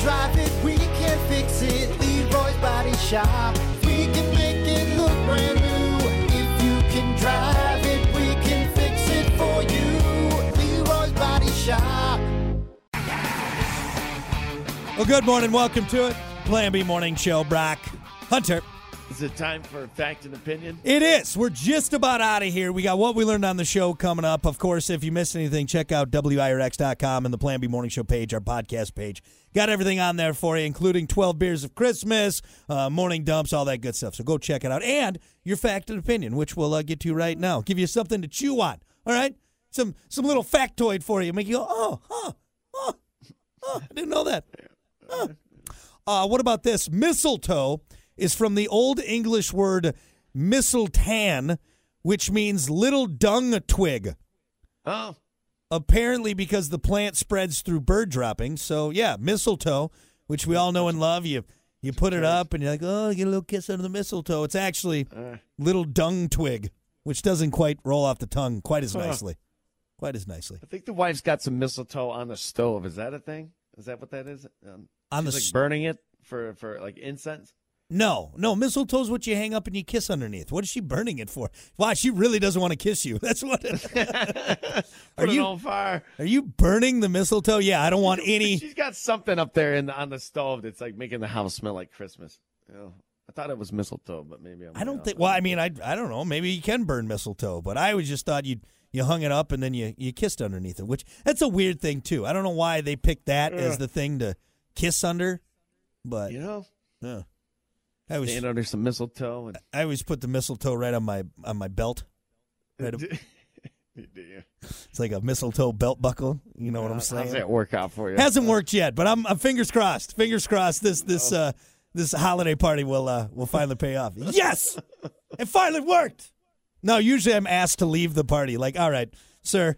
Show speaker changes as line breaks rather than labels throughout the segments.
drive it, we can fix it. Leroy's Body Shop. We can make it look brand new. If you can drive it, we can fix it for you. Leroy's Body Shop.
Well, good morning. Welcome to it. Plan B Morning Show, Brock Hunter.
Is it time for fact and opinion?
It is. We're just about out of here. We got what we learned on the show coming up. Of course, if you missed anything, check out WIRX.com and the Plan B Morning Show page, our podcast page. Got everything on there for you, including 12 Beers of Christmas, uh, morning dumps, all that good stuff. So go check it out. And your fact and opinion, which we'll uh, get to right now. Give you something to chew on. All right? Some some little factoid for you. Make you go, oh, huh, huh, huh. I didn't know that. Uh, what about this? Mistletoe is from the Old English word mistletoe, which means little dung twig.
Oh,
Apparently, because the plant spreads through bird droppings. So yeah, mistletoe, which we all know and love. You you put it up and you're like, oh, get a little kiss under the mistletoe. It's actually
Uh.
little dung twig, which doesn't quite roll off the tongue quite as nicely. Quite as nicely.
I think the wife's got some mistletoe on the stove. Is that a thing? Is that what that is? Um,
On the
she's, like
st-
burning it for for like incense.
No, no, mistletoe's what you hang up and you kiss underneath. What is she burning it for? Wow, she really doesn't want to kiss you. That's what. It,
Put it
you-
on fire.
are you burning the mistletoe? Yeah, I don't want any.
She's got something up there in the, on the stove that's like making the house smell like Christmas. You know, I thought it was mistletoe, but maybe I'm.
I don't
way
think.
off.
Well, I mean, I I don't know. Maybe you can burn mistletoe, but I always just thought you you hung it up and then you you kissed underneath it, which that's a weird thing too. I don't know why they picked that as the thing to kiss under, but
you know,
uh, I always
stand under some mistletoe and
I always put the mistletoe right on my on my belt. Right, it's like a mistletoe belt buckle. You know what I'm saying?
How's that work out for you?
Hasn't worked yet, but I'm, I'm fingers crossed. Fingers crossed. This
Oh.
this uh, this holiday party will uh, will finally pay off. Yes, it finally worked. No, usually I'm asked to leave the party. Like, all right, sir.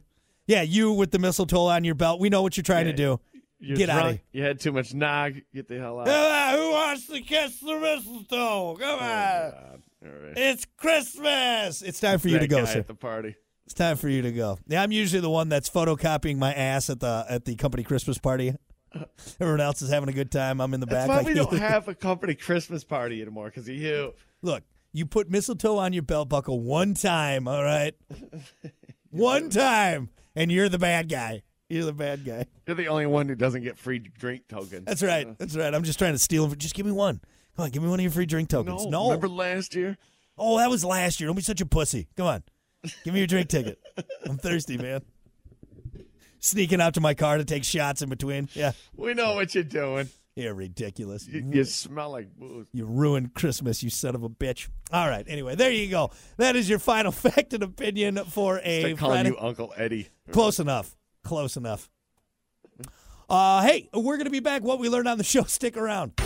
Yeah, you with the mistletoe on your belt. We know what you're trying to do.
You're
Get outta
drunk,
here.
You had too much nog. Get the hell out.
Come on, who wants to kiss the mistletoe? Come
Oh,
on.
God. All right.
It's Christmas. It's time for you to
That
go,
guy
sir.
At the party.
It's time for you to go. Yeah, I'm usually the one that's photocopying my ass at the at the company Christmas party. Everyone else is having a good time. I'm in the back.
That's why
like,
we don't have a company Christmas party anymore because of you.
Look, you put mistletoe on your belt buckle one time, all right? one time, and you're the bad guy. You're the bad guy.
You're the only one who doesn't get free drink tokens.
That's right. That's right. I'm just trying to steal them. Just give me one. Come on, give me one of your free drink tokens.
no,
No.
Remember last year?
oh, that was last year. Don't be such a pussy. Come on. Give me your drink ticket. I'm thirsty, man. Sneaking out to my car to take shots in between. Yeah.
We know what you're doing.
You're ridiculous.
You, you smell like booze.
You ruined Christmas, you son of a bitch. All right. Anyway, there you go. That is your final fact and opinion for a
They call
Friday.
you Uncle Eddie.
Close enough. Close enough. Uh, hey, we're going to be back. What we learned on the show, stick around.